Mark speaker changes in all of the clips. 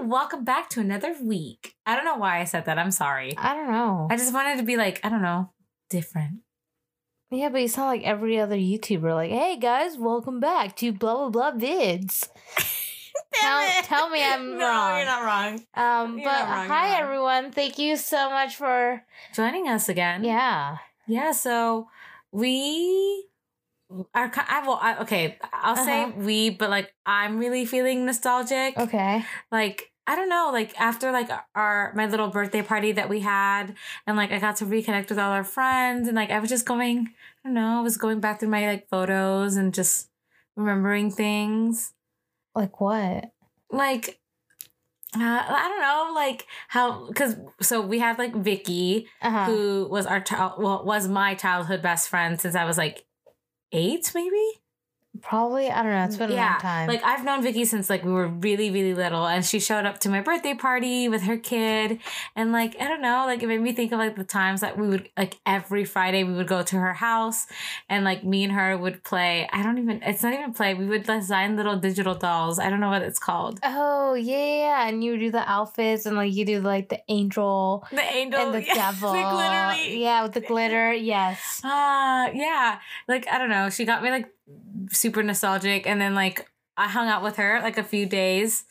Speaker 1: welcome back to another week. I don't know why I said that. I'm sorry.
Speaker 2: I don't know.
Speaker 1: I just wanted to be like, I don't know, different.
Speaker 2: yeah, but you sound like every other YouTuber. Like, hey guys, welcome back to blah blah blah vids. Tell- tell me I'm
Speaker 1: no,
Speaker 2: wrong.
Speaker 1: You're not wrong.
Speaker 2: Um,
Speaker 1: You're
Speaker 2: but
Speaker 1: not wrong, you're
Speaker 2: hi
Speaker 1: not.
Speaker 2: everyone. Thank you so much for
Speaker 1: Joining us again.
Speaker 2: yeah.
Speaker 1: Yeah. So we are. ki- I will. I, okay. I'll say
Speaker 2: Uh-huh.
Speaker 1: we, but like I'm really feeling nostalgic.
Speaker 2: Okay.
Speaker 1: like I don't know, like after like our my little birthday party that we had, and like I got to reconnect with all our friends, and like I was just going, I don't know, I was going back through my like photos and just remembering things,
Speaker 2: Like what?
Speaker 1: like uh, I don't know, like how because so we had like Vicky
Speaker 2: Uh huh.
Speaker 1: who was our child, well was my childhood best friend since I was like eight maybe,
Speaker 2: Probably. I don't know. It's been a long time.
Speaker 1: like I've known Vicky since like we were really, really little, and she showed up to my birthday party with her kid, and like I don't know, like it made me think of like the times that we would like every Friday we would go to her house, and like me and her would play. I don't even. It's not even play. We would design little digital dolls. I don't know what it's called.
Speaker 2: oh yeah, yeah, and you do the outfits and like you do like the angel
Speaker 1: The angel
Speaker 2: and the
Speaker 1: yeah,
Speaker 2: devil.
Speaker 1: Oh, Like literally.
Speaker 2: Yeah, with the glitter. Yes.
Speaker 1: Ah, yeah. Like I don't know. She got me like super nostalgic, and then like I hung out with her like a few days,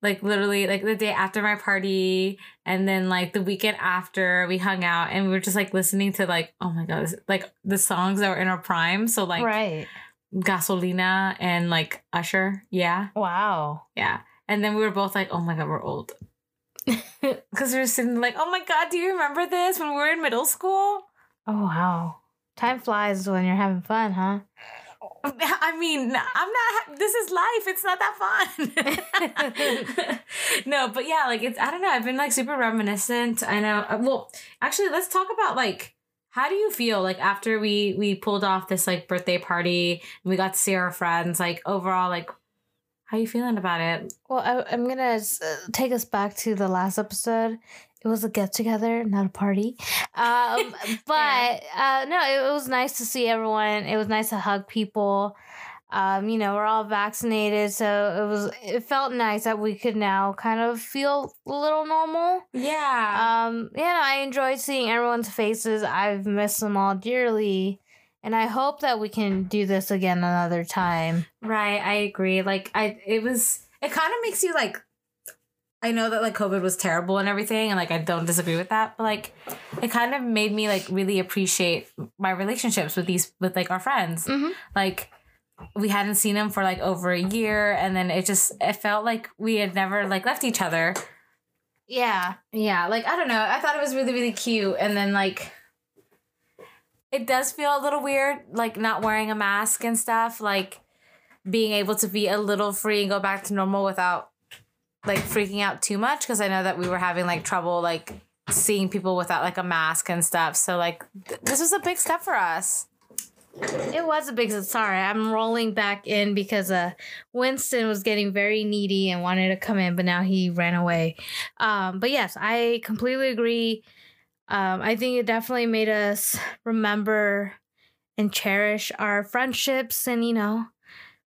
Speaker 1: like literally like the day after my party, and then like the weekend after we hung out, and we were just like listening to like oh my god, this- like the songs that were in our prime. So like
Speaker 2: right.
Speaker 1: Gasolina and like Usher, yeah,
Speaker 2: Wow.
Speaker 1: yeah. And then we were both like, oh my god, we're old. Because we were sitting like, oh my god, do you remember this when we were in middle school?
Speaker 2: Oh wow. Time flies when you're having fun, huh?
Speaker 1: I mean, I'm not. This is life. It's not that fun. no, but yeah, like it's. I don't know. I've been like super reminiscent. I know. uh, Well, actually, let's talk about like how do you feel like after we we pulled off this like birthday party and we got to see our friends. Like overall, like how you feeling about it?
Speaker 2: Well, I, I'm gonna uh, take us back to the last episode. It was a get together, not a party. Um, but uh, no, it, it was nice to see everyone. It was nice to hug people. Um, you know, we're all vaccinated, so it was. It felt nice that we could now kind of feel a little normal.
Speaker 1: Yeah.
Speaker 2: Um, you know, I enjoyed seeing everyone's faces. I've missed them all dearly, and I hope that we can do this again another time.
Speaker 1: Right, I agree. Like I it was it kind of makes you like I know that like COVID was terrible and everything and like I don't disagree with that, but like it kind of made me like really appreciate my relationships with these with like our friends.
Speaker 2: Mm-hmm.
Speaker 1: Like we hadn't seen them for like over a year and then it just it felt like we had never like left each other.
Speaker 2: Yeah.
Speaker 1: Yeah, like I don't know. I thought it was really really cute and then like it does feel a little weird like not wearing a mask and stuff, like being able to be a little free and go back to normal without like freaking out too much because I know that we were having like trouble like seeing people without like a mask and stuff. So like th- this was a big step for us.
Speaker 2: It was a big sorry. I'm rolling back in because uh, Winston was getting very needy and wanted to come in, but now he ran away. Um, but yes, I completely agree. Um, I think it definitely made us remember and cherish our friendships, and you know,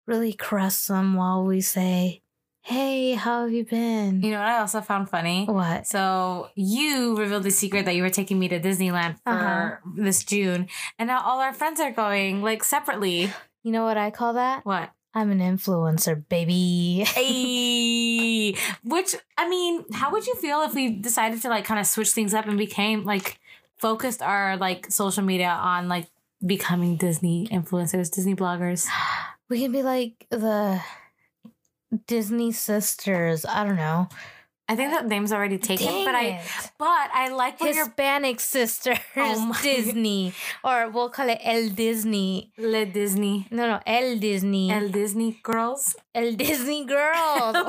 Speaker 2: really caress them while we say, "Hey, how have you
Speaker 1: You
Speaker 2: been?"
Speaker 1: know what I also found funny?
Speaker 2: What?
Speaker 1: So you revealed the secret that you were taking me to Disneyland for
Speaker 2: Uh-huh.
Speaker 1: this June, and now all our friends are going like separately.
Speaker 2: You know what I call that?
Speaker 1: What?
Speaker 2: I'm an influencer, baby.
Speaker 1: Ayy. Which I mean, how would you feel if we decided to like kind of switch things up and became like focused our like social media on like becoming Disney influencers, Disney bloggers?
Speaker 2: We can be like the Disney sisters. I don't know.
Speaker 1: I think that name's already taken,
Speaker 2: Dang
Speaker 1: but I
Speaker 2: it.
Speaker 1: but I like what you're
Speaker 2: Hispanic sisters
Speaker 1: Oh my-
Speaker 2: Disney, or we'll call it El Disney.
Speaker 1: Le Disney.
Speaker 2: No, no, El Disney, El,
Speaker 1: El Disney girls.
Speaker 2: Disney girls, or or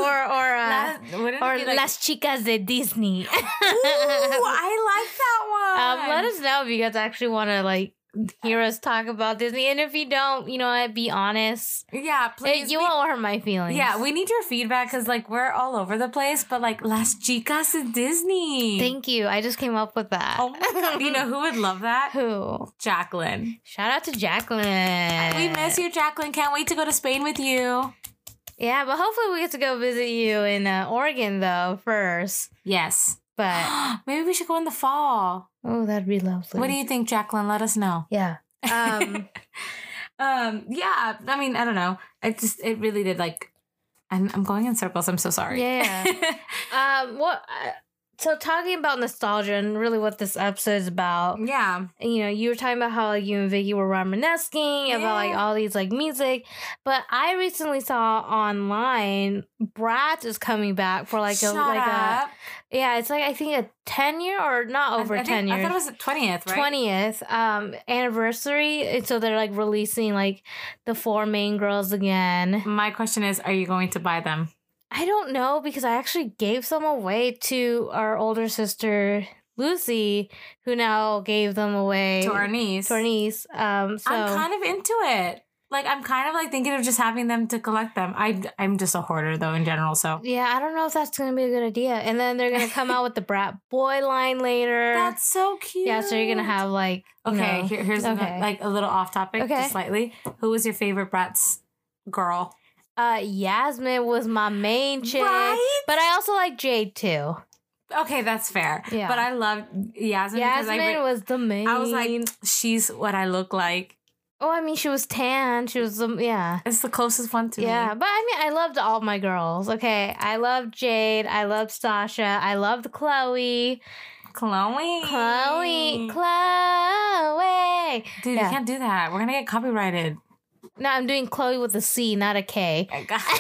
Speaker 2: uh,
Speaker 1: La- wouldn't it
Speaker 2: or
Speaker 1: be like-
Speaker 2: Las Chicas de Disney.
Speaker 1: Ooh, ah. I like that
Speaker 2: um,
Speaker 1: one.
Speaker 2: let us know if you guys actually want to like hear us talk about Disney, and if you don't, you know what? Be honest.
Speaker 1: Yeah, please.
Speaker 2: you
Speaker 1: we-
Speaker 2: won't hurt my feelings.
Speaker 1: yeah, we need your feedback because like we're all over the place, but like Las Chicas is Disney.
Speaker 2: Thank you. I just came up with that.
Speaker 1: Oh my god! You know who would love that?
Speaker 2: Who?
Speaker 1: Jacqueline.
Speaker 2: Shout out to Jacqueline.
Speaker 1: We miss you, Jacqueline. Can't wait to go to Spain with you.
Speaker 2: Yeah, but hopefully we get to go visit you in uh, Oregon though first.
Speaker 1: Yes.
Speaker 2: But
Speaker 1: Maybe we should go in the fall.
Speaker 2: oh, that'd be lovely.
Speaker 1: What do you think, Jacqueline? Let us know.
Speaker 2: Yeah. Um,
Speaker 1: Um, yeah, I mean, I don't know. It just it really did like I'm, I'm going in circles. I'm so sorry.
Speaker 2: Yeah. um, what? Uh, so talking about nostalgia and really what this episode is about.
Speaker 1: yeah.
Speaker 2: You know, you were talking about how like you and Vicky were reminiscing about like
Speaker 1: Yeah.
Speaker 2: all these like music, but I recently saw online Brat is coming back for like a
Speaker 1: Shut
Speaker 2: like a
Speaker 1: up.
Speaker 2: yeah, it's like I think a ten year or not
Speaker 1: I-
Speaker 2: over
Speaker 1: I think-
Speaker 2: ten years.
Speaker 1: I thought it was the 20th, right?
Speaker 2: 20th um anniversary and so they're like releasing like the four main girls again
Speaker 1: My question is, are you going to buy them?
Speaker 2: i don't know because i actually gave some away to our older sister lucy who now gave them away
Speaker 1: To our niece.
Speaker 2: to our niece um so
Speaker 1: I'm kind of into it. Like I'm kind of like thinking of just having them to collect them. I I'm just a hoarder though in general, so
Speaker 2: yeah i don't know if that's gonna be a good idea and then they're gonna come out with the brat boy line later
Speaker 1: that's so cute.
Speaker 2: yeah so you're gonna have like you
Speaker 1: Okay,
Speaker 2: know-
Speaker 1: here, here's
Speaker 2: Okay.
Speaker 1: ano- like a little off topic,
Speaker 2: Okay.
Speaker 1: just slightly. Who was your favorite Bratz girl?
Speaker 2: uh yasmin was my main chick
Speaker 1: Right?
Speaker 2: but i also like jade too
Speaker 1: Okay, that's fair.
Speaker 2: Yeah.
Speaker 1: But I loved Yasmin because
Speaker 2: Yasmin
Speaker 1: I, re-
Speaker 2: was the main.
Speaker 1: I was like, she's what I look like.
Speaker 2: oh, I mean, she was tan. She was, um, yeah,
Speaker 1: It's the closest one to
Speaker 2: yeah.
Speaker 1: me.
Speaker 2: But I mean, I loved all my girls. Okay, I loved Jade. I loved Sasha. I loved Chloe.
Speaker 1: Chloe.
Speaker 2: Chloe. Chloe.
Speaker 1: Dude,
Speaker 2: Yeah.
Speaker 1: you can't do that. We're gonna get copyrighted.
Speaker 2: No, I'm doing Chloe with a C, not a K.
Speaker 1: I got- Oh,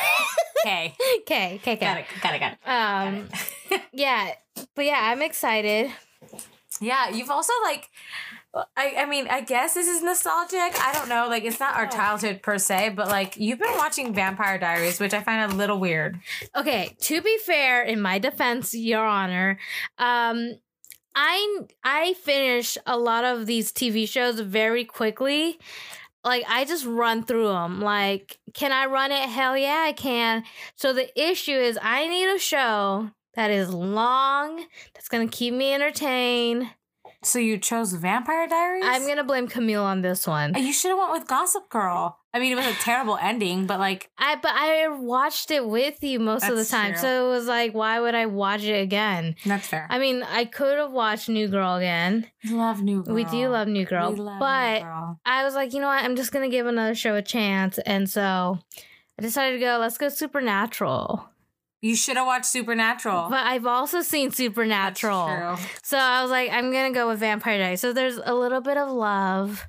Speaker 1: okay.
Speaker 2: K. K. K.
Speaker 1: Got it. Got it. Got it.
Speaker 2: Um,
Speaker 1: Got it.
Speaker 2: yeah, but yeah, I'm excited.
Speaker 1: yeah, you've also like, I I mean, I guess this is nostalgic. I don't know. Like, it's not our childhood per se, but like, you've been watching Vampire Diaries, which I find a little weird.
Speaker 2: Okay, to be fair, in my defense, Your Honor, um, I I finish a lot of these TV shows very quickly. Like I just run through them. Like, can I run it? Hell yeah, I can. So the issue is, I need a show that is long, that's gonna keep me entertained.
Speaker 1: So you chose Vampire Diaries. Uh,
Speaker 2: I'm gonna blame Camille on this one.
Speaker 1: You should have went with Gossip Girl. I mean, it was a terrible ending, but like,
Speaker 2: I but I watched it with you most of the
Speaker 1: That's
Speaker 2: time,
Speaker 1: true.
Speaker 2: so it was like, why would I watch it again?
Speaker 1: that's fair.
Speaker 2: I mean, I could have watched New Girl again.
Speaker 1: I love New Girl.
Speaker 2: We do love New Girl,
Speaker 1: We love New
Speaker 2: but
Speaker 1: Girl.
Speaker 2: I was like, you know what? I'm just gonna give another show a chance, and so I decided to go. Let's go Supernatural.
Speaker 1: you should have watched Supernatural.
Speaker 2: But I've also seen
Speaker 1: That's
Speaker 2: Supernatural,
Speaker 1: true.
Speaker 2: so I was like, I'm gonna go with Vampire Diaries. So there's a little bit of love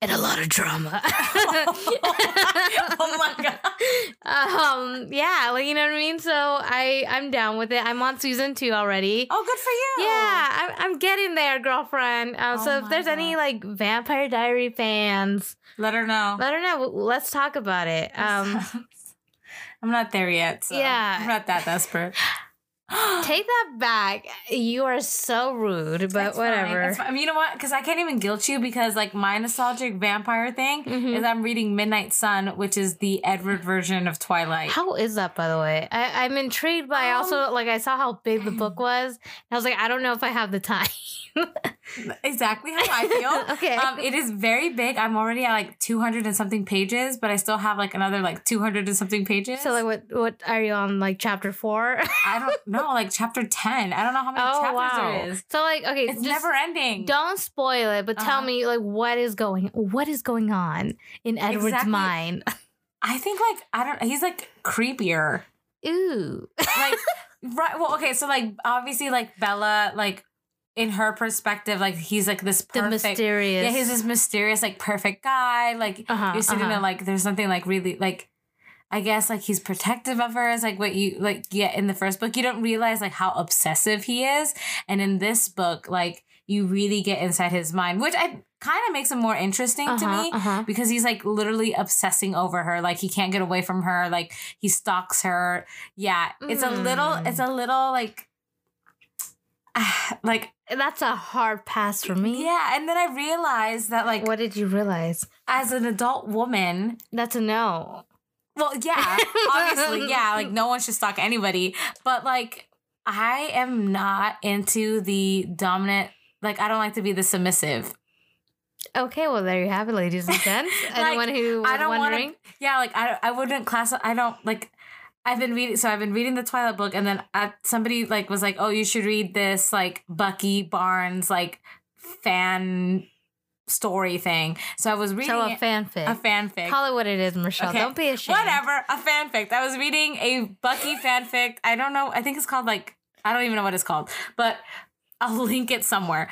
Speaker 2: and a lot of drama.
Speaker 1: oh my god.
Speaker 2: um, yeah, like you know what I mean. So I I'm down with it. I'm on season two already.
Speaker 1: Oh, good for you.
Speaker 2: Yeah, I'm, I'm getting there, girlfriend. Um,
Speaker 1: Oh
Speaker 2: so if
Speaker 1: my
Speaker 2: there's any
Speaker 1: God.
Speaker 2: like Vampire Diary fans,
Speaker 1: Let her know.
Speaker 2: I don't know. Let's talk about it. Um,
Speaker 1: I'm not there yet. So
Speaker 2: Yeah.
Speaker 1: I'm not that desperate.
Speaker 2: take that back. You are so rude, but
Speaker 1: It's fine,
Speaker 2: whatever.
Speaker 1: it's fine. You know what? Because I can't even guilt you because like my nostalgic vampire thing
Speaker 2: Mhm.
Speaker 1: is I'm reading Midnight Sun, which is the Edward version of Twilight.
Speaker 2: How is that, by the way? I, I'm intrigued by
Speaker 1: Um,
Speaker 2: also like I saw how big the book was. And I was like, I don't know if I have the time.
Speaker 1: exactly how I feel.
Speaker 2: okay.
Speaker 1: Um, it is very big. I'm already at like 200 and something pages, but I still have like another like 200 and something pages.
Speaker 2: so like, what what are you on like chapter four?
Speaker 1: I don't know, like chapter 10. I don't know how many
Speaker 2: oh
Speaker 1: chapters
Speaker 2: wow.
Speaker 1: there is.
Speaker 2: So like, okay,
Speaker 1: It's
Speaker 2: just
Speaker 1: never ending.
Speaker 2: Don't spoil it, but tell
Speaker 1: Uh-huh.
Speaker 2: me like what is going what is going on in Edward's
Speaker 1: Exactly.
Speaker 2: mind.
Speaker 1: I think like I don't. He's like creepier.
Speaker 2: Ooh.
Speaker 1: Like right. Well, okay. So like obviously like Bella like in her perspective like he's like this
Speaker 2: The
Speaker 1: perfect.
Speaker 2: mysterious.
Speaker 1: yeah, he's this mysterious like perfect guy. Like
Speaker 2: Uh-huh,
Speaker 1: you're sitting
Speaker 2: uh-huh.
Speaker 1: there like there's something like really like. I guess like he's protective of her is like what you like get in the first book. You don't realize like how obsessive he is, and in this book, like you really get inside his mind, which I kind of makes him more interesting to
Speaker 2: Uh-huh,
Speaker 1: me
Speaker 2: uh-huh.
Speaker 1: because he's like literally obsessing over her like he can't get away from her like he stalks her yeah it's a little
Speaker 2: Mm.
Speaker 1: it's a little like like
Speaker 2: That's a hard pass for me.
Speaker 1: yeah and then i realized that like
Speaker 2: What did you realize?
Speaker 1: as an adult woman
Speaker 2: That's a no.
Speaker 1: well yeah obviously yeah like no one should stalk anybody but like i am not into the dominant like i don't like to be the submissive
Speaker 2: Okay, well there you have it, ladies and gents. Anyone who was
Speaker 1: I don't wanna-
Speaker 2: wondering,
Speaker 1: Yeah, like I, I wouldn't class. I don't like. I've been reading, so I've been reading the Twilight book, and then I, somebody like was like, "Oh, you should read this like Bucky Barnes like fan story thing." So I was reading
Speaker 2: so a
Speaker 1: it-
Speaker 2: fanfic.
Speaker 1: a fanfic.
Speaker 2: Call it what it is, Michelle.
Speaker 1: Okay.
Speaker 2: Don't be ashamed.
Speaker 1: Whatever, a fanfic. I was reading a Bucky fanfic. I don't know. I think it's called like I don't even know what it's called, but I'll link it somewhere.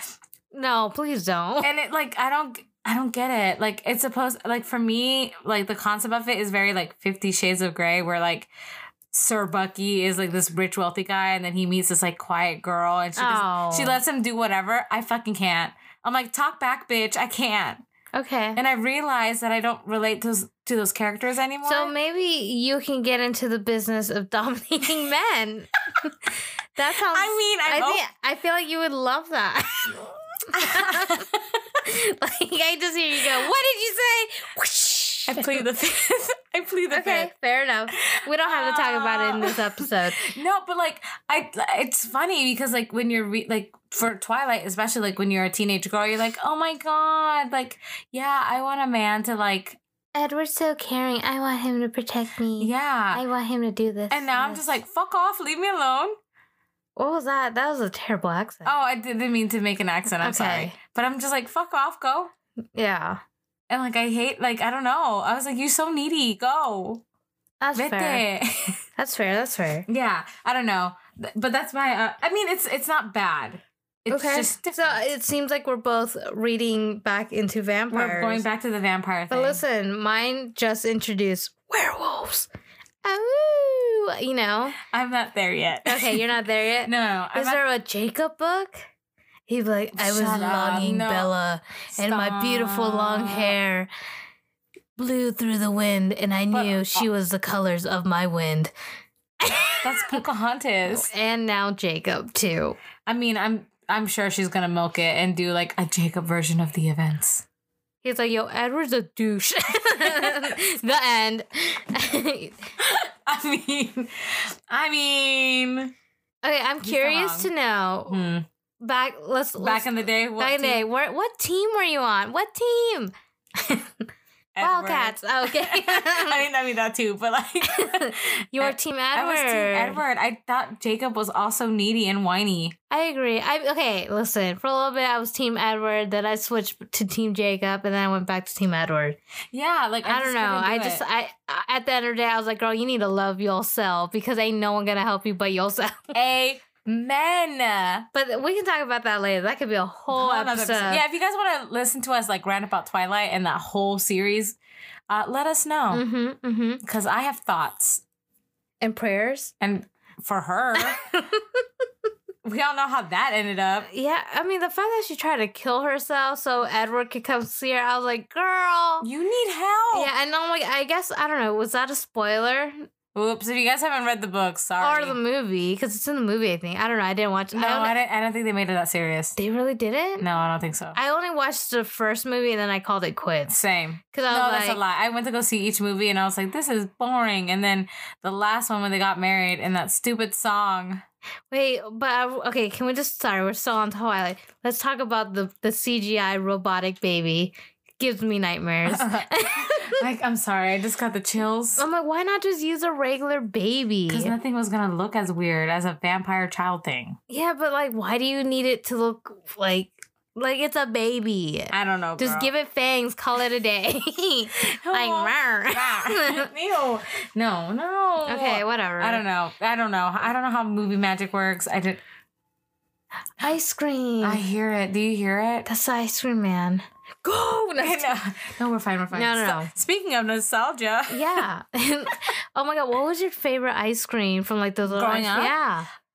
Speaker 2: No, please don't.
Speaker 1: and it like I don't I don't get it. Like it's supposed like for me like the concept of it is very like Fifty Shades of Grey where like Sir Bucky is like this rich wealthy guy and then he meets this like quiet girl and she
Speaker 2: Oh.
Speaker 1: just, she lets him do whatever. I fucking can't. I'm like talk back, bitch. I can't.
Speaker 2: Okay.
Speaker 1: And I realize that I don't relate those to those characters anymore.
Speaker 2: So maybe you can get into the business of dominating men. that sounds.
Speaker 1: I mean, I,
Speaker 2: I
Speaker 1: hope-
Speaker 2: think I feel like you would love that. like I just hear you go. What did you say? Whoosh.
Speaker 1: I plead the fifth. I plead the fifth.
Speaker 2: Okay, fair enough. We don't have to talk about it in this episode.
Speaker 1: No, but like I, it's funny because like when you're re- like for Twilight, especially like when you're a teenage girl, you're like, oh my god, like yeah, I want a man to like
Speaker 2: Edward's so caring. I want him to protect me.
Speaker 1: yeah.
Speaker 2: I want him to do this.
Speaker 1: and now I'm
Speaker 2: this.
Speaker 1: just like, fuck off, leave me alone.
Speaker 2: what was that? That was a terrible accent.
Speaker 1: Oh, I didn't mean to make an accent. I'm
Speaker 2: Okay.
Speaker 1: sorry, but I'm just like, fuck off, go.
Speaker 2: Yeah,
Speaker 1: And like I hate like I don't know. I was like, you're so needy, go.
Speaker 2: that's fair.
Speaker 1: Vete.
Speaker 2: That's fair. That's fair.
Speaker 1: yeah, I don't know, Th- but that's my. Uh, I mean, it's it's not bad. It's
Speaker 2: okay.
Speaker 1: just
Speaker 2: so
Speaker 1: different.
Speaker 2: it seems like we're both reading back into vampires.
Speaker 1: we're going back to the vampire thing.
Speaker 2: But listen, mine just introduced werewolves. Oh, you know.
Speaker 1: I'm not there yet.
Speaker 2: Okay, you're not there yet.
Speaker 1: No, no, I'm
Speaker 2: Is
Speaker 1: not-
Speaker 2: there a Jacob book? He'd be like, I was
Speaker 1: Shut up,
Speaker 2: longing
Speaker 1: no.
Speaker 2: Bella, and my beautiful long
Speaker 1: Stop.
Speaker 2: hair blew through the wind, and I
Speaker 1: But- uh,
Speaker 2: knew she was the colors of my wind.
Speaker 1: That's Pocahontas.
Speaker 2: And now Jacob too.
Speaker 1: I mean, I'm I'm sure she's gonna milk it and do like a Jacob version of the events.
Speaker 2: He's like, yo, Edward's a douche. the end. okay,
Speaker 1: I mean, I mean,
Speaker 2: I'm curious
Speaker 1: wrong.
Speaker 2: to know.
Speaker 1: hmm.
Speaker 2: Back, let's
Speaker 1: back
Speaker 2: let's-
Speaker 1: in the day, what
Speaker 2: Back in the
Speaker 1: team-
Speaker 2: day, where, what team were you on? What team?
Speaker 1: Edward.
Speaker 2: Wildcats.
Speaker 1: I
Speaker 2: Okay.
Speaker 1: mean, I mean that too, but like,
Speaker 2: you were
Speaker 1: Ed-
Speaker 2: team Edward.
Speaker 1: I was team Edward. I thought Jacob was also needy and whiny.
Speaker 2: I agree. I okay. Listen, for a little bit, I was Team Edward. Then I switched to Team Jacob, and then I went back to Team Edward.
Speaker 1: Yeah, like
Speaker 2: I,
Speaker 1: I,
Speaker 2: don't
Speaker 1: just
Speaker 2: know.
Speaker 1: couldn't do
Speaker 2: I just
Speaker 1: it.
Speaker 2: I I- at the end of the day, I was like, girl, you need to love yourself because ain't no one gonna help you but yourself.
Speaker 1: amen.
Speaker 2: But we can talk about that later. That could be a whole,
Speaker 1: Whole nother
Speaker 2: episode.
Speaker 1: episode. Yeah, if you guys want to listen to us like rant about Twilight and that whole series, uh, let us know
Speaker 2: Mm-hmm. Mm-hmm.
Speaker 1: because I have thoughts.
Speaker 2: And prayers.
Speaker 1: And for her, we all know how that ended up.
Speaker 2: Yeah, I mean the fact that she tried to kill herself so Edward could come see her, I was like, girl.
Speaker 1: You need help.
Speaker 2: Yeah, and I'm like, I guess I don't know. Was that a spoiler
Speaker 1: Oops. If you guys haven't read the book, sorry.
Speaker 2: or the movie? Because it's in the movie, I think. I don't know. I didn't watch.
Speaker 1: no,
Speaker 2: I don't,
Speaker 1: I, didn't, I don't think they made it that serious.
Speaker 2: They really didn't?
Speaker 1: No, I don't think so.
Speaker 2: I only watched the first movie and then I called it quits.
Speaker 1: Same.
Speaker 2: Because
Speaker 1: No,
Speaker 2: I was
Speaker 1: that's
Speaker 2: like,
Speaker 1: a lie. I went to go see each movie and I was like, this is boring. And then the last one when they got married and that stupid song.
Speaker 2: wait, but I, okay, can we just, sorry, we're still on Twilight. Let's talk about the, the CGI robotic baby. Gives me nightmares.
Speaker 1: like, I'm sorry. I just got the chills.
Speaker 2: I'm like, why not just use a regular baby?
Speaker 1: Because nothing was going to look as weird as a vampire child thing.
Speaker 2: Yeah, but like, why do you need it to look like, like it's a baby?
Speaker 1: I don't know.
Speaker 2: Just give it fangs, call it a day. like,
Speaker 1: Ew.
Speaker 2: rawr.
Speaker 1: No, no.
Speaker 2: okay, whatever.
Speaker 1: I don't know. I don't know. I don't know how movie magic works. I did.
Speaker 2: Ice cream.
Speaker 1: I hear it. Do you hear it?
Speaker 2: That's the ice cream man. Go! No,
Speaker 1: no, no, we're fine. We're fine.
Speaker 2: No, no,
Speaker 1: So-
Speaker 2: no.
Speaker 1: speaking of nostalgia,
Speaker 2: Yeah. oh my god, what was your favorite ice cream from like those little
Speaker 1: Growing
Speaker 2: ice-
Speaker 1: up?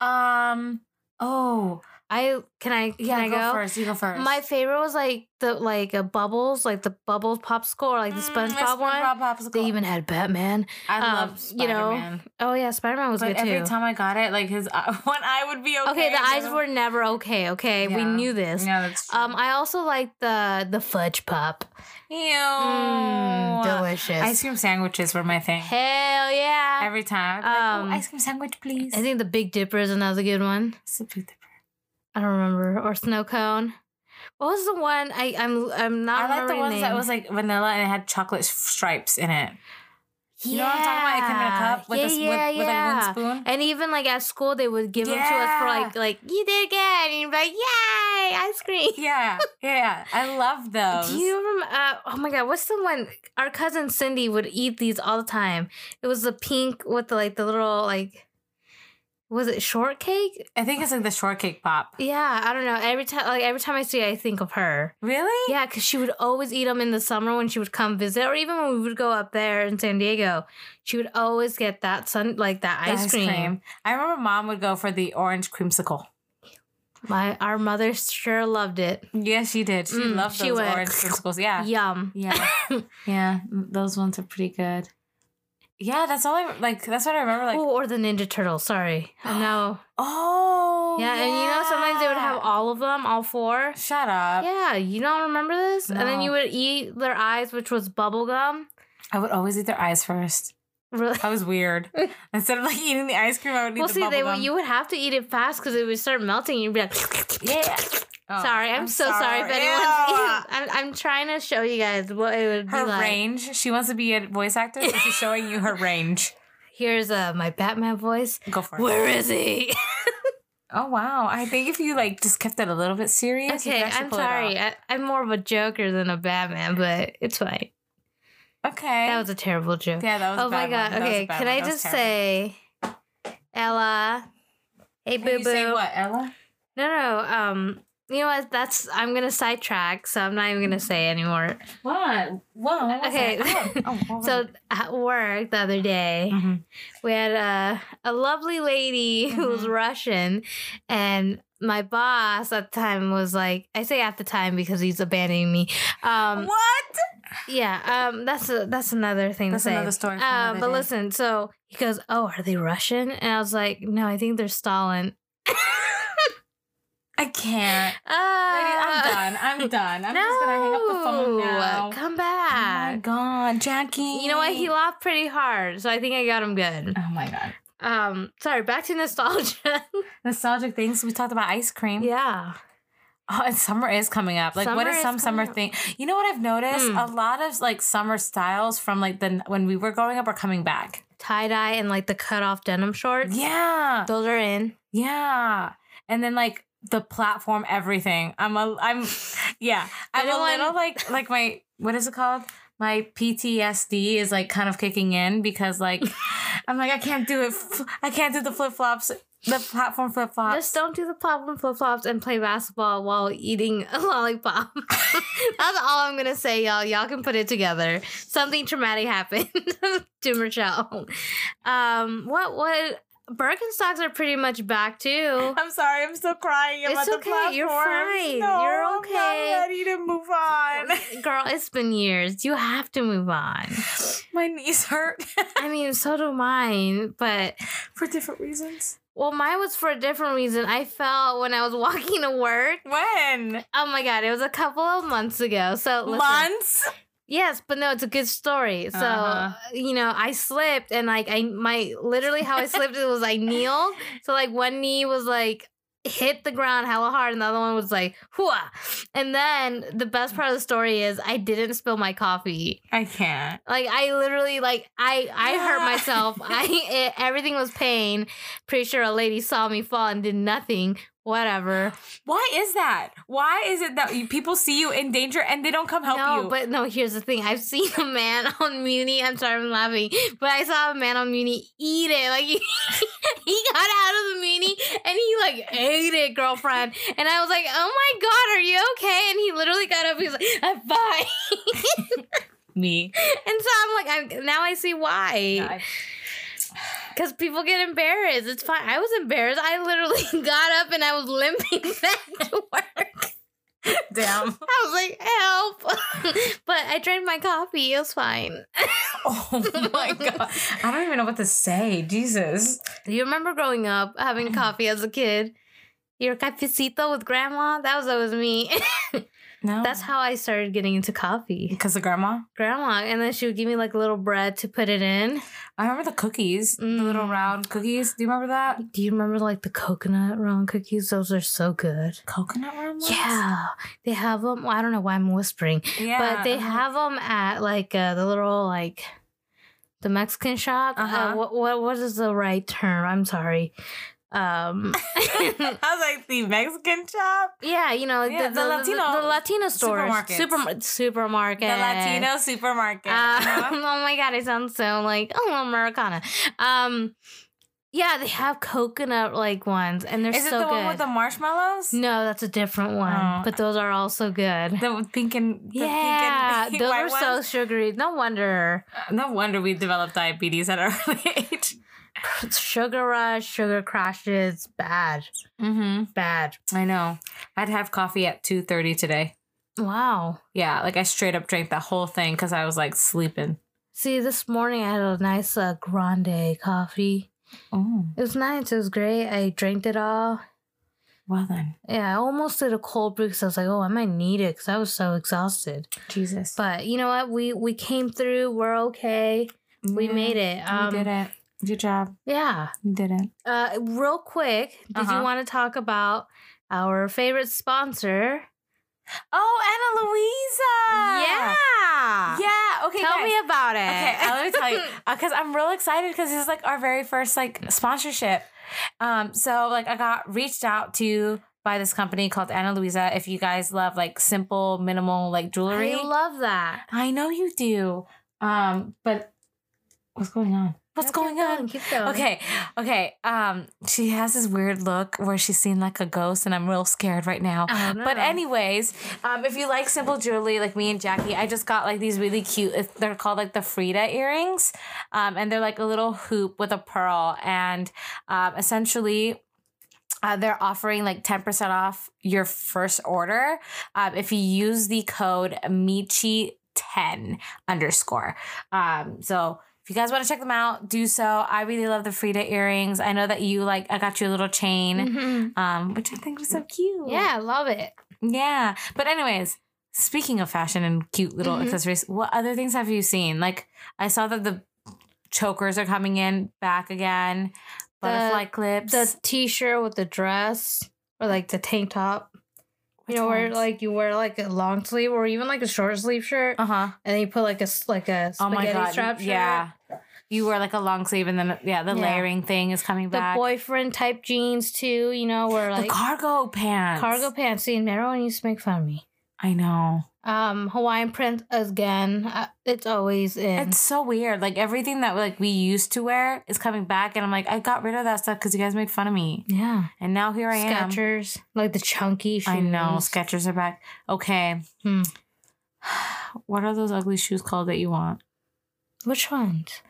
Speaker 2: Yeah.
Speaker 1: um, oh,
Speaker 2: I can I can
Speaker 1: yeah,
Speaker 2: I
Speaker 1: go,
Speaker 2: go?
Speaker 1: first. You go first.
Speaker 2: My favorite was like the like a bubbles, like the bubbles popsicle or like the SpongeBob, one.
Speaker 1: Mm, SpongeBob popsicle.
Speaker 2: They even had Batman.
Speaker 1: I
Speaker 2: um,
Speaker 1: love
Speaker 2: you know,
Speaker 1: Spider-Man.
Speaker 2: Oh yeah, Spider Man was
Speaker 1: but
Speaker 2: good too.
Speaker 1: every time I got it, like his eye, one eye would be okay.
Speaker 2: okay, the eyes
Speaker 1: other-
Speaker 2: were never okay. Okay, we
Speaker 1: Yeah.
Speaker 2: knew this.
Speaker 1: Yeah, that's true.
Speaker 2: Um, I also liked the the fudge pop.
Speaker 1: Ew.
Speaker 2: Mm, delicious.
Speaker 1: Oh. Ice cream sandwiches were my thing.
Speaker 2: Hell yeah!
Speaker 1: Every time. I'd be like,
Speaker 2: Um,
Speaker 1: "Oh, ice cream sandwich, please.
Speaker 2: I think the Big Dipper is another good one.
Speaker 1: It's a big difference.
Speaker 2: I don't remember. Or snow cone. What was the one? I I'm I'm not.
Speaker 1: I like the
Speaker 2: remembering
Speaker 1: ones that
Speaker 2: name.
Speaker 1: was like vanilla and it had chocolate s- stripes in it. You know what I'm talking about? It came in a cup with, a, s- with, with like one spoon.
Speaker 2: And even like at school, they would give them to us for like like you did good, and you'd be like, yay, ice cream.
Speaker 1: Yeah, yeah, I love those.
Speaker 2: Do you remember? Uh, oh my god, what's the one? Our cousin Cindy would eat these all the time. It was the pink with the, like the little like, was it shortcake?
Speaker 1: I think it's like the shortcake pop.
Speaker 2: Yeah, I don't know. Every time, like every time I see, it, I think of her.
Speaker 1: Really?
Speaker 2: Yeah, because she would always eat them in the summer when she would come visit, or even when we would go up there in San Diego. She would always get that sun, like that
Speaker 1: The
Speaker 2: ice, cream.
Speaker 1: I remember mom would go for the orange creamsicle.
Speaker 2: My our mother sure loved it.
Speaker 1: Yes, she did. She
Speaker 2: Mm,
Speaker 1: loved
Speaker 2: she
Speaker 1: those
Speaker 2: would.
Speaker 1: orange creamsicles. Yeah.
Speaker 2: Yum.
Speaker 1: Yeah. yeah. Those ones are pretty good. Yeah, that's all I like. That's what I remember. Like,
Speaker 2: oh, or the Ninja Turtle. Sorry, I know.
Speaker 1: oh,
Speaker 2: Yeah, and you know sometimes they would have
Speaker 1: yeah.
Speaker 2: all of them, all four.
Speaker 1: Shut up.
Speaker 2: Yeah, you don't remember this? And then
Speaker 1: Uh, No.
Speaker 2: you would eat their eyes, which was bubble gum.
Speaker 1: I would always eat their eyes first.
Speaker 2: Really?
Speaker 1: That was weird. Instead of like eating the ice cream, I would eat
Speaker 2: Well,
Speaker 1: Oh, the
Speaker 2: see,
Speaker 1: bubble
Speaker 2: they
Speaker 1: gum.
Speaker 2: would, you would have to eat it fast because it would start melting. You'd be like,
Speaker 1: Yeah. Oh,
Speaker 2: sorry, I'm, so sorry, if anyone's.
Speaker 1: Ew.
Speaker 2: I'm, I'm trying to show you guys what it would be
Speaker 1: Her
Speaker 2: like.
Speaker 1: range. She wants to be a voice actor, so she's showing you her range.
Speaker 2: Here's uh, my Batman voice.
Speaker 1: Go for it.
Speaker 2: Where is he?
Speaker 1: Oh wow! I think if you like just kept it a little bit serious, you could
Speaker 2: okay,
Speaker 1: actually
Speaker 2: I'm
Speaker 1: pull it off.
Speaker 2: sorry. I, I'm more of a Joker than a Batman, but it's fine.
Speaker 1: Okay.
Speaker 2: That was a terrible joke.
Speaker 1: yeah, that was. a
Speaker 2: oh my god.
Speaker 1: bad one. That was a
Speaker 2: Okay,
Speaker 1: bad
Speaker 2: can
Speaker 1: one.
Speaker 2: I
Speaker 1: That was
Speaker 2: just
Speaker 1: terrible.
Speaker 2: say, Ella? Hey,
Speaker 1: Can
Speaker 2: boo
Speaker 1: you
Speaker 2: boo.
Speaker 1: say what, Ella?
Speaker 2: No, no. Um, you know what? That's I'm gonna sidetrack, so I'm not even gonna say anymore.
Speaker 1: What? What?
Speaker 2: Okay. So at work the other day,
Speaker 1: hmm
Speaker 2: we had a a lovely lady who was
Speaker 1: Mhm.
Speaker 2: Russian, and my boss at the time was like, I say at the time because he's abandoning me. Um,
Speaker 1: what?
Speaker 2: yeah. Um, that's a, that's another thing
Speaker 1: That's
Speaker 2: to say.
Speaker 1: another story. for
Speaker 2: Um,
Speaker 1: another
Speaker 2: but
Speaker 1: day.
Speaker 2: listen, so he goes, "Oh, are they Russian?" And I was like, "No, I think they're Stalin."
Speaker 1: I can't.
Speaker 2: Uh,
Speaker 1: Lady, I'm done. I'm done. I'm just gonna hang up the phone
Speaker 2: No,
Speaker 1: now.
Speaker 2: Come
Speaker 1: Oh my
Speaker 2: back.
Speaker 1: god, Jackie.
Speaker 2: you know what? He laughed pretty hard, so I think I got him good.
Speaker 1: Oh my god.
Speaker 2: Um, sorry, back to nostalgia.
Speaker 1: Nostalgic things. We talked about ice cream.
Speaker 2: yeah.
Speaker 1: Oh, and summer is coming up. Like, what
Speaker 2: Summer
Speaker 1: is
Speaker 2: is
Speaker 1: some summer
Speaker 2: coming up.
Speaker 1: thing? You know what I've noticed?
Speaker 2: Mm.
Speaker 1: A lot of like summer styles from like the when we were growing up are coming back.
Speaker 2: Tie dye and like the cut off denim shorts.
Speaker 1: Yeah,
Speaker 2: Those are in.
Speaker 1: yeah. And then like the platform, everything. I'm a, I'm, yeah. I'm a
Speaker 2: Anyone-
Speaker 1: little like like my what is it called? My PTSD is like kind of kicking in because like I'm like I can't do it. I can't do the flip flops, the platform flip flops.
Speaker 2: Just don't do the platform flip flops and play basketball while eating a lollipop. That's all I'm gonna say, y'all. Y'all can put it together. Something traumatic happened to Michelle. Um, what what Birkenstocks are pretty much back too.
Speaker 1: I'm sorry, I'm still crying
Speaker 2: It's
Speaker 1: about the platform.
Speaker 2: okay, you're fine,
Speaker 1: No,
Speaker 2: you're
Speaker 1: I'm
Speaker 2: okay.
Speaker 1: not ready to move on.
Speaker 2: Girl, it's been years. You have to move on.
Speaker 1: My knees hurt
Speaker 2: I mean, so do mine, but
Speaker 1: for different reasons.
Speaker 2: well, mine was for a different reason. I fell when I was walking to work.
Speaker 1: When?
Speaker 2: Oh my god, it was a couple of months ago. So listen,
Speaker 1: Months?
Speaker 2: yes, but no, it's a good story. So uh,
Speaker 1: Uh-huh.
Speaker 2: you know, I slipped and like I my literally how I slipped it was I kneeled. So like one knee was like hit the ground hella hard and the other one was like whoa and then the best part of the story is i didn't spill my coffee
Speaker 1: I can't.
Speaker 2: Like I literally like I I hurt
Speaker 1: Yeah.
Speaker 2: myself. I it, everything was pain. Pretty sure a lady saw me fall and did nothing. Whatever.
Speaker 1: Why is that? Why is it that you, people see you in danger and they don't come help
Speaker 2: no,
Speaker 1: you?
Speaker 2: but no. Here's the thing. I've seen a man on Muni. I'm sorry, I'm laughing, but I saw a man on Muni eat it. Like he, he got out of the Muni and he like ate it, girlfriend. And I was like, oh my god, are you okay? And he literally got up. He was like, I'm fine.
Speaker 1: Me.
Speaker 2: And so I'm like, I'm, now I see why. Because people get embarrassed. It's fine. I was embarrassed. I literally got up and I was limping back to work.
Speaker 1: Damn.
Speaker 2: I was like, help. but I drank my coffee. It was fine.
Speaker 1: Oh my god. I don't even know what to say. Jesus.
Speaker 2: Do you remember growing up having coffee as a kid? Your cafecito with grandma? That was always me.
Speaker 1: No.
Speaker 2: That's how I started getting into coffee.
Speaker 1: Because of grandma.
Speaker 2: Grandma, and then she would give me like little bread to put it in.
Speaker 1: I remember the cookies, the little
Speaker 2: Mm.
Speaker 1: round cookies. Do you remember that?
Speaker 2: Do you remember like the coconut round cookies? Those are so good.
Speaker 1: Coconut round ones?
Speaker 2: Yeah, they have them. I don't know why I'm whispering,
Speaker 1: Yeah.
Speaker 2: but they have them at like uh, the little like the Mexican shop.
Speaker 1: Uh-huh.
Speaker 2: Uh, what what what is the right term? I'm sorry. Um,
Speaker 1: I was like, the Mexican shop?
Speaker 2: yeah, you know
Speaker 1: Yeah,
Speaker 2: the,
Speaker 1: the Latino-
Speaker 2: the, Latino stores,
Speaker 1: supermarkets.
Speaker 2: Superm- supermarket,
Speaker 1: The Latino uh-huh. supermarket.
Speaker 2: Uh,
Speaker 1: you know?
Speaker 2: oh my god, it sounds so like oh Americana. Um, yeah, they have coconut like ones, and they're
Speaker 1: Is
Speaker 2: so
Speaker 1: it the
Speaker 2: good.
Speaker 1: one with the marshmallows?
Speaker 2: no, that's a different one,
Speaker 1: Oh.
Speaker 2: but those are also good.
Speaker 1: The pink and the
Speaker 2: yeah,
Speaker 1: pink and
Speaker 2: those
Speaker 1: white
Speaker 2: are so
Speaker 1: ones?
Speaker 2: sugary. No wonder
Speaker 1: No wonder we developed diabetes at an early age.
Speaker 2: sugar rush, sugar crashes, bad,
Speaker 1: Mm-hmm.
Speaker 2: bad.
Speaker 1: I know. I'd have coffee at two thirty today.
Speaker 2: Wow.
Speaker 1: Yeah, like I straight up drank that whole thing because I was like sleeping.
Speaker 2: See, this morning I had a nice uh, grande coffee.
Speaker 1: Oh,
Speaker 2: It was nice. It was great. I drank it all.
Speaker 1: well then,
Speaker 2: Yeah, I almost did a cold brew because I was like, oh, I might need it because I was so exhausted.
Speaker 1: Jesus,
Speaker 2: But you know what? We we came through. We're okay. We made it. Um,
Speaker 1: you did it. Good job.
Speaker 2: Yeah.
Speaker 1: You did it.
Speaker 2: Uh, real quick, did
Speaker 1: Uh-huh.
Speaker 2: you want to talk about our favorite sponsor?
Speaker 1: Oh, Anna Louisa.
Speaker 2: yeah.
Speaker 1: Yeah. Okay.
Speaker 2: Tell
Speaker 1: guys.
Speaker 2: me about it.
Speaker 1: Okay, uh, let me tell you, because I'm real excited because this is like our very first like sponsorship. Um, so like I got reached out to by this company called Ana Luisa. If you guys love like simple, minimal like jewelry,
Speaker 2: I love that.
Speaker 1: I know you do. Um, but what's going on? What's
Speaker 2: Keep
Speaker 1: going on?
Speaker 2: Keep going.
Speaker 1: Okay, okay. Um, she has this weird look where she's seen like a ghost, and I'm real scared right now.
Speaker 2: I don't
Speaker 1: But
Speaker 2: know.
Speaker 1: anyways, um, if you like simple jewelry like me and Jackie, I just got like these really cute. They're called like the Frida earrings, um, and they're like a little hoop with a pearl, and um, essentially. Uh, they're offering like 10% off your first order um, if you use the code Michi10 underscore. Um, so if you guys want to check them out, do so. I really love the Frida earrings. I know that you like, I got you a little chain,
Speaker 2: Mhm.
Speaker 1: um, which I think was so cute.
Speaker 2: Yeah, I love it.
Speaker 1: Yeah. But anyways, speaking of fashion and cute little
Speaker 2: Mhm.
Speaker 1: accessories, what other things have you seen? Like I saw that the chokers are coming in back again. Butterfly clips.
Speaker 2: The t-shirt with the dress or like the tank top.
Speaker 1: Which
Speaker 2: you know, where
Speaker 1: ones?
Speaker 2: like you wear like a long sleeve or even like a short sleeve shirt,
Speaker 1: uh-huh.
Speaker 2: and then you put like a s- like a spaghetti
Speaker 1: Oh my god.
Speaker 2: strap shirt.
Speaker 1: Yeah. You wear like a long sleeve and then yeah, the
Speaker 2: Yeah.
Speaker 1: layering thing is coming
Speaker 2: The
Speaker 1: back.
Speaker 2: boyfriend type jeans too. You know, where
Speaker 1: The
Speaker 2: like
Speaker 1: cargo pants.
Speaker 2: cargo pants. See, and everyone used to make fun of me.
Speaker 1: I know.
Speaker 2: Um, Hawaiian print again. Uh, it's always in.
Speaker 1: It's so weird. Like everything that like we used to wear is coming back and I'm like, I got rid of that stuff because you guys made fun of me.
Speaker 2: yeah.
Speaker 1: And now here I am.
Speaker 2: Skechers, like the chunky shoes.
Speaker 1: I know. Skechers are back. Okay.
Speaker 2: Hmm.
Speaker 1: What are those ugly shoes called that you want?
Speaker 2: Which ones?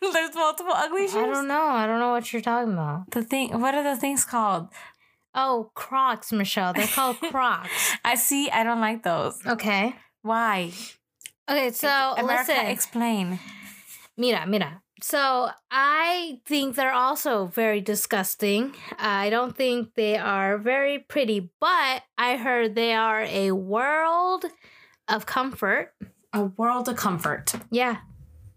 Speaker 1: There's multiple ugly shoes.
Speaker 2: I don't know. I don't know what you're talking about.
Speaker 1: The thing. What are the things called?
Speaker 2: Oh, Crocs, Michelle. They're called Crocs.
Speaker 1: I see. I don't like those.
Speaker 2: Okay.
Speaker 1: Why?
Speaker 2: Okay, so
Speaker 1: America,
Speaker 2: listen.
Speaker 1: explain.
Speaker 2: mira, mira. So I think they're also very disgusting. I don't think they are very pretty, but I heard they are a world of comfort.
Speaker 1: A world of comfort.
Speaker 2: Yeah.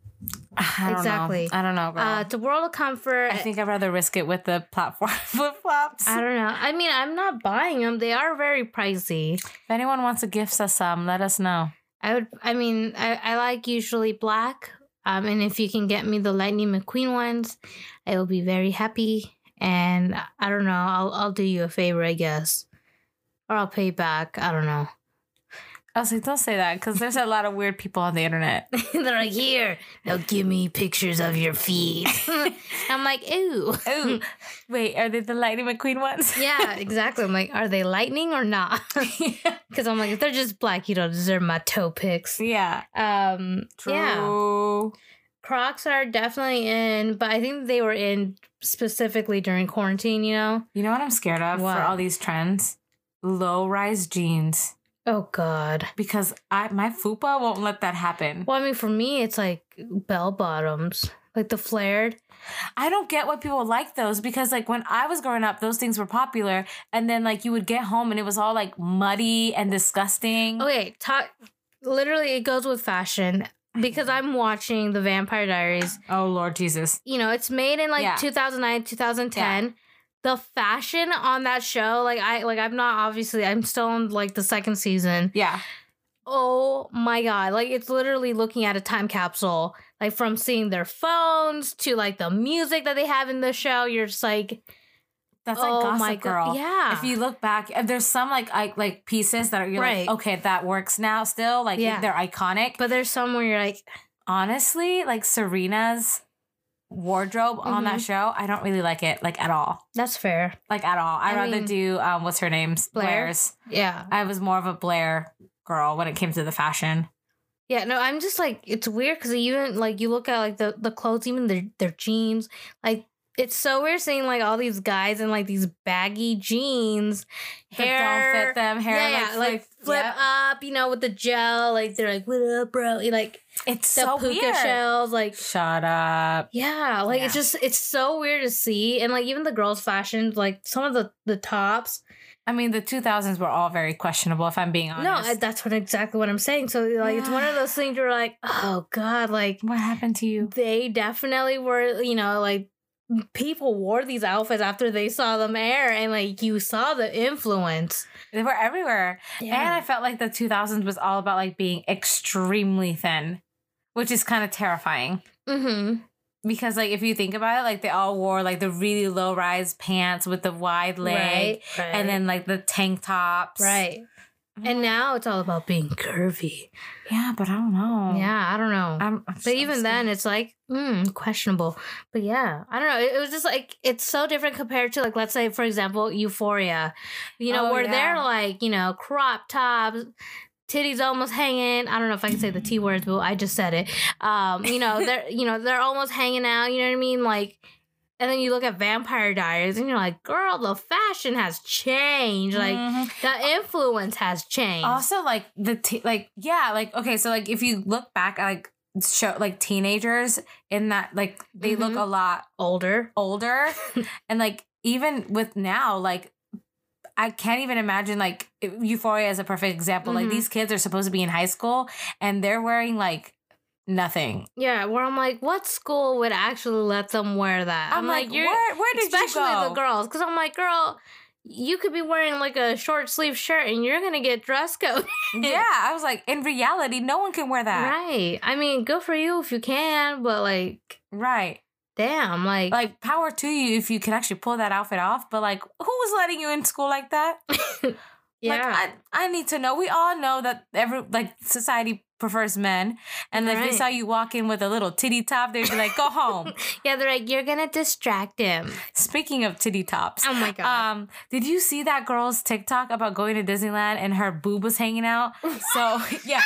Speaker 1: I don't
Speaker 2: Exactly.
Speaker 1: Know. I don't know, girl.
Speaker 2: Uh, it's a world of comfort.
Speaker 1: I think I'd rather risk it with the platform flip flops.
Speaker 2: I don't know. I mean, I'm not buying them. They are very pricey.
Speaker 1: If anyone wants to gift us some, let us know.
Speaker 2: I would. I mean, I, I like usually black. Um, and if you can get me the Lightning McQueen ones, I will be very happy. And I- I don't know. I'll I'll do you a favor, I guess, or I'll pay back. I don't know.
Speaker 1: I was like, Oh, don't say that because there's a lot of weird people on the internet.
Speaker 2: They're like, here, now give me pictures of your feet. I'm like, ew.
Speaker 1: Oh, wait, are they the Lightning McQueen ones?
Speaker 2: Yeah, exactly. I'm like, are they lightning or not? Because I'm like, if they're just black, you don't deserve my toe pics.
Speaker 1: yeah.
Speaker 2: Um, yeah.
Speaker 1: True.
Speaker 2: Crocs are definitely in, but I think they were in specifically during quarantine, you know?
Speaker 1: You know what I'm scared of
Speaker 2: What?
Speaker 1: for all these trends? Low rise jeans.
Speaker 2: Oh, God.
Speaker 1: Because I my fupa won't let that happen.
Speaker 2: Well, I mean, for me, it's like bell bottoms. like the flared.
Speaker 1: I don't get why people like those because like when I was growing up, those things were popular, and then like you would get home and it was all like muddy and disgusting.
Speaker 2: Okay, talk. Literally, it goes with fashion because I'm watching the Vampire Diaries.
Speaker 1: Oh Lord Jesus!
Speaker 2: You know, it's made in like
Speaker 1: Yeah.
Speaker 2: 2009, 2010. The fashion on that show, like I like I'm not obviously I'm still on like the second season.
Speaker 1: Yeah,
Speaker 2: Oh my god, like it's literally looking at a time capsule. Like from seeing their phones to like the music that they have in the show, you're just like,
Speaker 1: that's
Speaker 2: oh
Speaker 1: like Gossip
Speaker 2: my
Speaker 1: Girl.
Speaker 2: god, yeah.
Speaker 1: If you look back, and there's some like I, like pieces that are you're
Speaker 2: Right.
Speaker 1: like, okay, that works now. Still, like
Speaker 2: Yeah.
Speaker 1: they're iconic. But
Speaker 2: but there's some where you're like,
Speaker 1: honestly, like Serena's wardrobe
Speaker 2: Mm-hmm.
Speaker 1: on that show, I don't really like it like at all.
Speaker 2: that's fair.
Speaker 1: Like at all. I'd
Speaker 2: I
Speaker 1: rather
Speaker 2: mean-
Speaker 1: do um, what's her name's
Speaker 2: Blair?
Speaker 1: Blair's.
Speaker 2: Yeah.
Speaker 1: I was more of a Blair girl when it came to the fashion.
Speaker 2: Yeah, no, I'm just like it's weird because even like you look at like the the clothes, even their their jeans, like it's so weird seeing like all these guys in like these baggy jeans,
Speaker 1: that don't
Speaker 2: hair,
Speaker 1: fit them. Hair,
Speaker 2: yeah, yeah, like, flip
Speaker 1: yep.
Speaker 2: up, you know, with the gel, like they're like, what up, bro? You Like
Speaker 1: It's
Speaker 2: the
Speaker 1: so
Speaker 2: puka
Speaker 1: weird.
Speaker 2: shells, like
Speaker 1: Shut up.
Speaker 2: yeah, like it's
Speaker 1: Yeah.
Speaker 2: just it's so weird to see, and like even the girls' fashion, like some of the the tops,
Speaker 1: I mean, the 2000s were all very questionable. If I'm being honest,
Speaker 2: no, I, that's what exactly what I'm saying. So like it's one of those things where like, oh god, like
Speaker 1: what happened to you?
Speaker 2: they definitely were, you know, like people wore these outfits after they saw them air and like you saw the influence.
Speaker 1: They were everywhere, and I
Speaker 2: And
Speaker 1: felt like the 2000s was all about like being extremely thin, which is kind of terrifying.
Speaker 2: I, mm-hmm.
Speaker 1: Because like if you think about it, like they all wore like the really low rise pants with the wide leg,
Speaker 2: right, right.
Speaker 1: and then like the tank tops,
Speaker 2: right. And now it's all about being curvy.
Speaker 1: Yeah, but I don't know.
Speaker 2: Yeah, I don't know.
Speaker 1: I'm, I'm
Speaker 2: but even then, it's like mm, questionable. But yeah, I don't know. It, it was just like it's so different compared to like let's say for example Euphoria, you know,
Speaker 1: Oh,
Speaker 2: where they're
Speaker 1: yeah.
Speaker 2: like you know crop tops, titties almost hanging. I don't know if I can say the t words, but I just said it. Um, you know, they're you know they're almost hanging out. You know what I mean? Like, and then you look at Vampire Diaries, and you're like, girl, the fashion has changed. Like
Speaker 1: Mhm.
Speaker 2: the influence has changed.
Speaker 1: also like the t- like yeah like okay so like if you look back at like show like teenagers in that like they look
Speaker 2: Mhm.
Speaker 1: a lot
Speaker 2: Older.
Speaker 1: older and like even with now like I can't even imagine like Euphoria is a perfect example
Speaker 2: Mhm.
Speaker 1: like these kids are supposed to be in high school and they're wearing like nothing
Speaker 2: Yeah, where I'm like, what school would actually let them wear that?
Speaker 1: I'm, like, where where did you
Speaker 2: especially
Speaker 1: go
Speaker 2: the girls, because I'm like, girl, you could be wearing like a short sleeve shirt and you're gonna get dress code,
Speaker 1: yeah I was like in reality no one can wear that
Speaker 2: right? I mean, good for you if you can, but like,
Speaker 1: right,
Speaker 2: damn, like,
Speaker 1: like power to you if you can actually pull that outfit off but like who was letting you in school like that
Speaker 2: yeah,
Speaker 1: Like, I, I need to know. We all know that every like society prefers men, and if
Speaker 2: Right.
Speaker 1: they saw you walk in with a little titty top, they'd be like, "Go home."
Speaker 2: yeah, they're like, you're gonna distract him.
Speaker 1: Speaking of titty tops,
Speaker 2: Oh my god,
Speaker 1: um, did you see that girl's TikTok about going to Disneyland and her boob was hanging out? So yeah,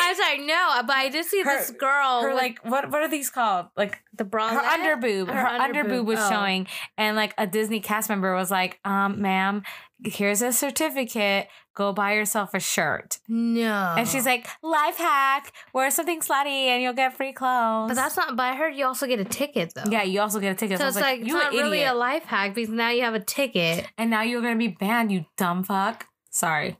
Speaker 2: I'm sorry, no, but I did see
Speaker 1: her-
Speaker 2: this girl,
Speaker 1: her
Speaker 2: with
Speaker 1: like what what are these called? Like
Speaker 2: the bra,
Speaker 1: her under boob, her,
Speaker 2: Oh, Her
Speaker 1: under
Speaker 2: underboob,
Speaker 1: boob was
Speaker 2: oh.
Speaker 1: showing, and like a Disney cast member was like, "Um, ma'am, here's a certificate. Go buy yourself a shirt."
Speaker 2: no,
Speaker 1: And she's like, life hack, wear something slutty and you'll get free clothes.
Speaker 2: but that's not. But I heard you also get a ticket though.
Speaker 1: yeah, you also get a ticket.
Speaker 2: So
Speaker 1: I
Speaker 2: it's
Speaker 1: was
Speaker 2: like, it's
Speaker 1: you
Speaker 2: not
Speaker 1: an idiot.
Speaker 2: really a life hack because now you have a ticket.
Speaker 1: and now you're gonna be banned, you dumb fuck. Sorry.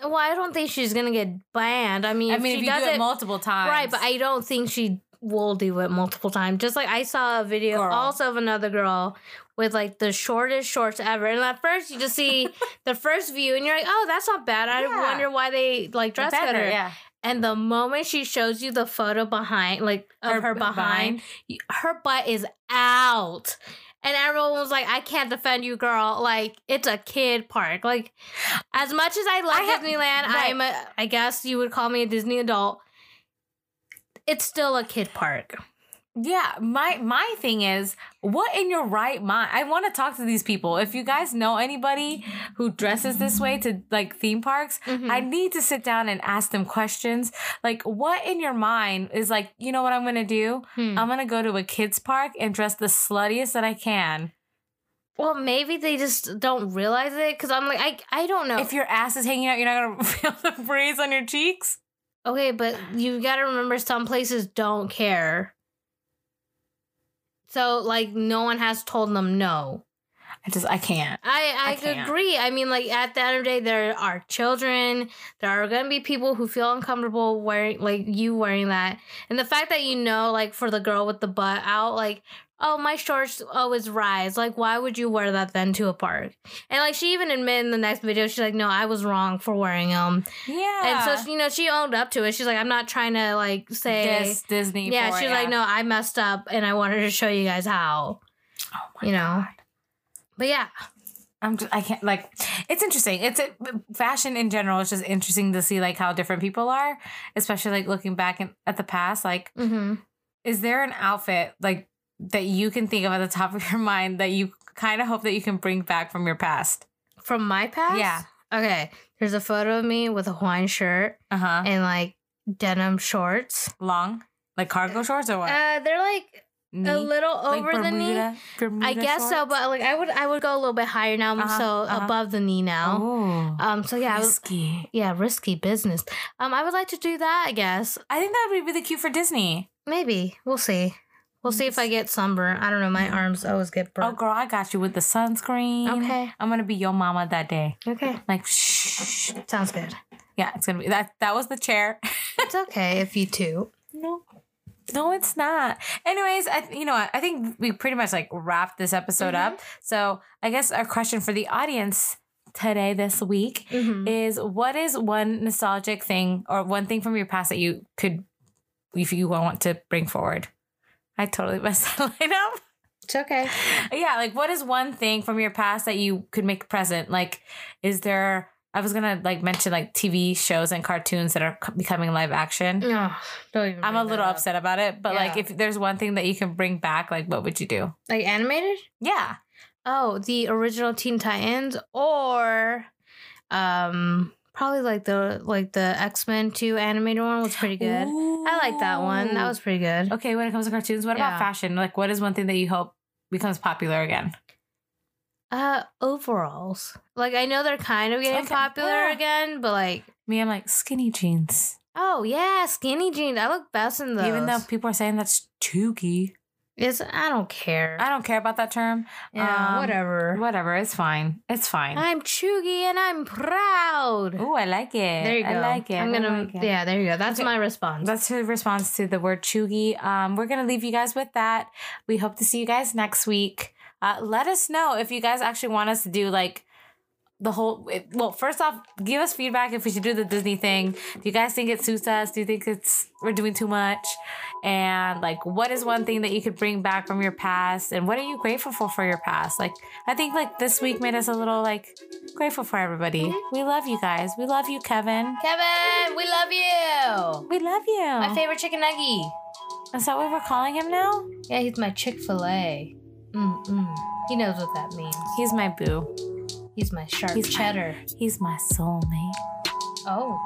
Speaker 2: Well, I don't think she's gonna get banned. I mean,
Speaker 1: I mean,
Speaker 2: she
Speaker 1: if you
Speaker 2: does
Speaker 1: do it,
Speaker 2: it,
Speaker 1: multiple times,
Speaker 2: right, but I don't think she will do it multiple times. Just like I saw a video
Speaker 1: Girl.
Speaker 2: also of another girl with like the shortest shorts ever, and at first you just see the first view, and you're like, oh, that's not bad. I
Speaker 1: Yeah.
Speaker 2: wonder why they like dress
Speaker 1: better,
Speaker 2: code her.
Speaker 1: yeah.
Speaker 2: And the moment she shows you the photo behind, like of her, behind, her butt is out. And everyone was like, I can't defend you, girl. Like, it's a kid park. Like, as much as I love
Speaker 1: I have-
Speaker 2: Disneyland,
Speaker 1: right.
Speaker 2: I'm a, I guess you would call me a Disney adult. It's still a kid park.
Speaker 1: Yeah, my my thing is, what in your right mind? I want to talk to these people. If you guys know anybody who dresses this way to like theme parks, I
Speaker 2: Hmm.
Speaker 1: need to sit down and ask them questions. Like, what in your mind is like, you know what I'm gonna do?
Speaker 2: Hmm.
Speaker 1: I'm gonna go to a kids park and dress the sluttiest that I can.
Speaker 2: well, maybe they just don't realize it because I'm like, I, I don't know.
Speaker 1: If your ass is hanging out, you're not gonna feel the breeze on your cheeks.
Speaker 2: okay, but you got to remember some places don't care. So like no one has told them no.
Speaker 1: I just I can't. I
Speaker 2: I I,
Speaker 1: can't.
Speaker 2: agree. I mean, like at the end of the day, there are children. There are gonna be people who feel uncomfortable wearing like you wearing that, and the fact that you know, like for the girl with the butt out, like oh my shorts always rise. Like why would you wear that then to a park? And like she even admitted in the next video, she's like, no, I was wrong for wearing them.
Speaker 1: Yeah.
Speaker 2: And so she, you know she owned up to it. She's like, I'm not trying to like say
Speaker 1: Dis- Disney.
Speaker 2: yeah,
Speaker 1: for
Speaker 2: she's
Speaker 1: it,
Speaker 2: like, no, I messed up, and I wanted to show you guys how,
Speaker 1: Oh my
Speaker 2: you know. But yeah,
Speaker 1: I'm just, I can't like it's interesting. It's a, fashion in general is just interesting to see like how different people are, especially like looking back in, at the past like
Speaker 2: mm-hmm.
Speaker 1: is there an outfit like that you can think of at the top of your mind that you kind of hope that you can bring back from your past?
Speaker 2: from my past.
Speaker 1: Yeah.
Speaker 2: Okay, there's a photo of me with a Hawaiian shirt
Speaker 1: Uh-huh.
Speaker 2: and like denim shorts.
Speaker 1: Long? Like cargo shorts or what?
Speaker 2: Uh, they're like
Speaker 1: knee?
Speaker 2: a little over the knee.
Speaker 1: Bermuda
Speaker 2: I guess so,
Speaker 1: shorts?
Speaker 2: but like I would, I would go a little bit higher now,
Speaker 1: Uh-huh,
Speaker 2: so
Speaker 1: uh-huh.
Speaker 2: above the knee now.
Speaker 1: Ooh,
Speaker 2: Um, so yeah, I was,
Speaker 1: Oh, risky.
Speaker 2: yeah, risky business. Um, I would like to do that. I guess
Speaker 1: I think that would be really cute for Disney.
Speaker 2: maybe we'll see. We'll see if I get sunburn. I don't know. My arms always get
Speaker 1: Oh,
Speaker 2: burnt.
Speaker 1: girl, I got you with the sunscreen.
Speaker 2: Okay.
Speaker 1: I'm gonna be your mama that day.
Speaker 2: Okay.
Speaker 1: Like, shh.
Speaker 2: Sounds good.
Speaker 1: Yeah, it's gonna be that. That was the chair.
Speaker 2: It's okay if you two.
Speaker 1: No, no, it's not. Anyways, I you know what? I think we pretty much like wrapped this episode up.
Speaker 2: Mm-hmm.
Speaker 1: So I guess our question for the audience today this week
Speaker 2: Mm-hmm.
Speaker 1: is what is one nostalgic thing or one thing from your past that you could if you want to bring forward? I totally messed that line up.
Speaker 2: It's okay.
Speaker 1: Yeah, like what is one thing from your past that you could make present? Like, is there? I was gonna like mention like TV shows and cartoons that are c- becoming live action.
Speaker 2: No, don't even.
Speaker 1: I'm a
Speaker 2: Mm, bring
Speaker 1: little
Speaker 2: that up.
Speaker 1: upset about it, but like
Speaker 2: Yeah.
Speaker 1: if there's one thing that you can bring back, like what would you do?
Speaker 2: Like animated?
Speaker 1: Yeah.
Speaker 2: Oh, the original Teen Titans, or um, probably like the like the X Men Two animated one was pretty good. I like that one. That
Speaker 1: Ooh.
Speaker 2: was pretty good.
Speaker 1: Okay, when it comes to cartoons, what about
Speaker 2: Yeah.
Speaker 1: fashion? Like what is one thing that you hope becomes popular again?
Speaker 2: Uh, overalls. Like I know they're kind of getting
Speaker 1: Okay.
Speaker 2: popular
Speaker 1: Yeah.
Speaker 2: again, but like,
Speaker 1: Me, I'm like skinny jeans.
Speaker 2: oh yeah, skinny jeans. I look best in those.
Speaker 1: Even though people are saying that's choogy.
Speaker 2: it's, I don't care.
Speaker 1: I don't care about that term.
Speaker 2: yeah,
Speaker 1: um,
Speaker 2: whatever.
Speaker 1: Whatever, it's fine. It's fine.
Speaker 2: I'm Chugi and I'm proud.
Speaker 1: Ooh, I like it.
Speaker 2: There you go.
Speaker 1: I like it.
Speaker 2: I'm
Speaker 1: I
Speaker 2: gonna.
Speaker 1: like it.
Speaker 2: Yeah, there you go. That's
Speaker 1: Okay.
Speaker 2: my response.
Speaker 1: That's her response to the word chuggy. Um, we're going to leave you guys with that. We hope to see you guys next week. Uh, let us know if you guys actually want us to do like the whole. It, well, first off, give us feedback if we should do the Disney thing. Do you guys think it suits us? Do you think it's we're doing too much? And like, what is one thing that you could bring back from your past? And what are you grateful for for your past? Like, I think like this week made us a little like grateful for everybody. We love you guys. We love you, Kevin.
Speaker 2: Kevin, we love you.
Speaker 1: We love you.
Speaker 2: My favorite chicken nugget.
Speaker 1: Is that what we're calling him now?
Speaker 2: Yeah, he's my Chick Fil A. He knows what that means.
Speaker 1: He's my boo.
Speaker 2: He's my sharp
Speaker 1: He's my-
Speaker 2: cheddar.
Speaker 1: He's my soulmate.
Speaker 2: Oh,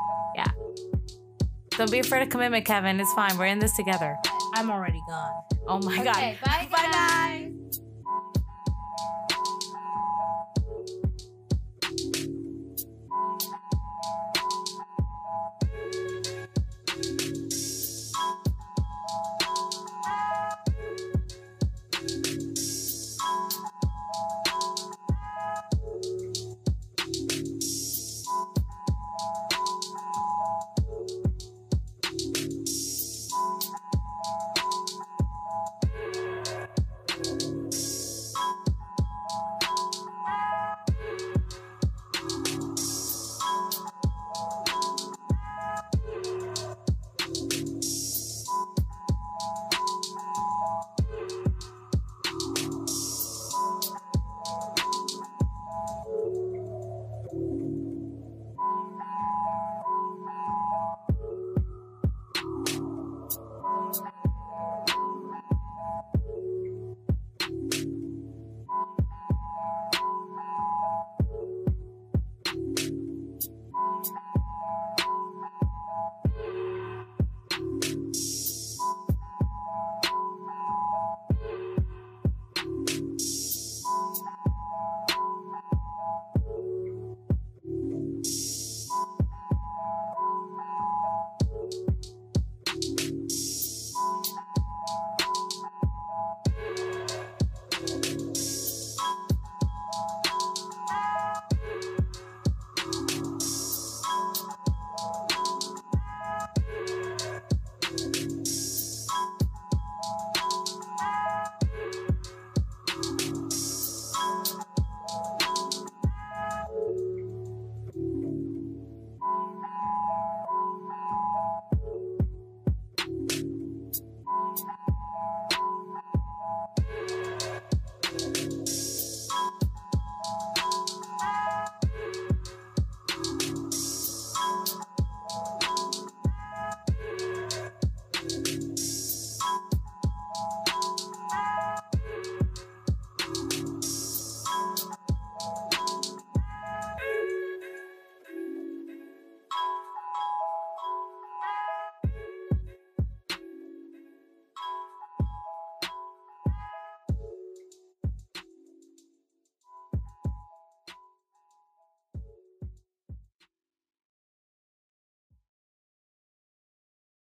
Speaker 1: Don't be afraid of commitment, Kevin. It's fine. We're in this together.
Speaker 2: I'm already gone.
Speaker 1: Oh my
Speaker 2: Okay,
Speaker 1: God.
Speaker 2: bye guys.
Speaker 1: Bye, guys.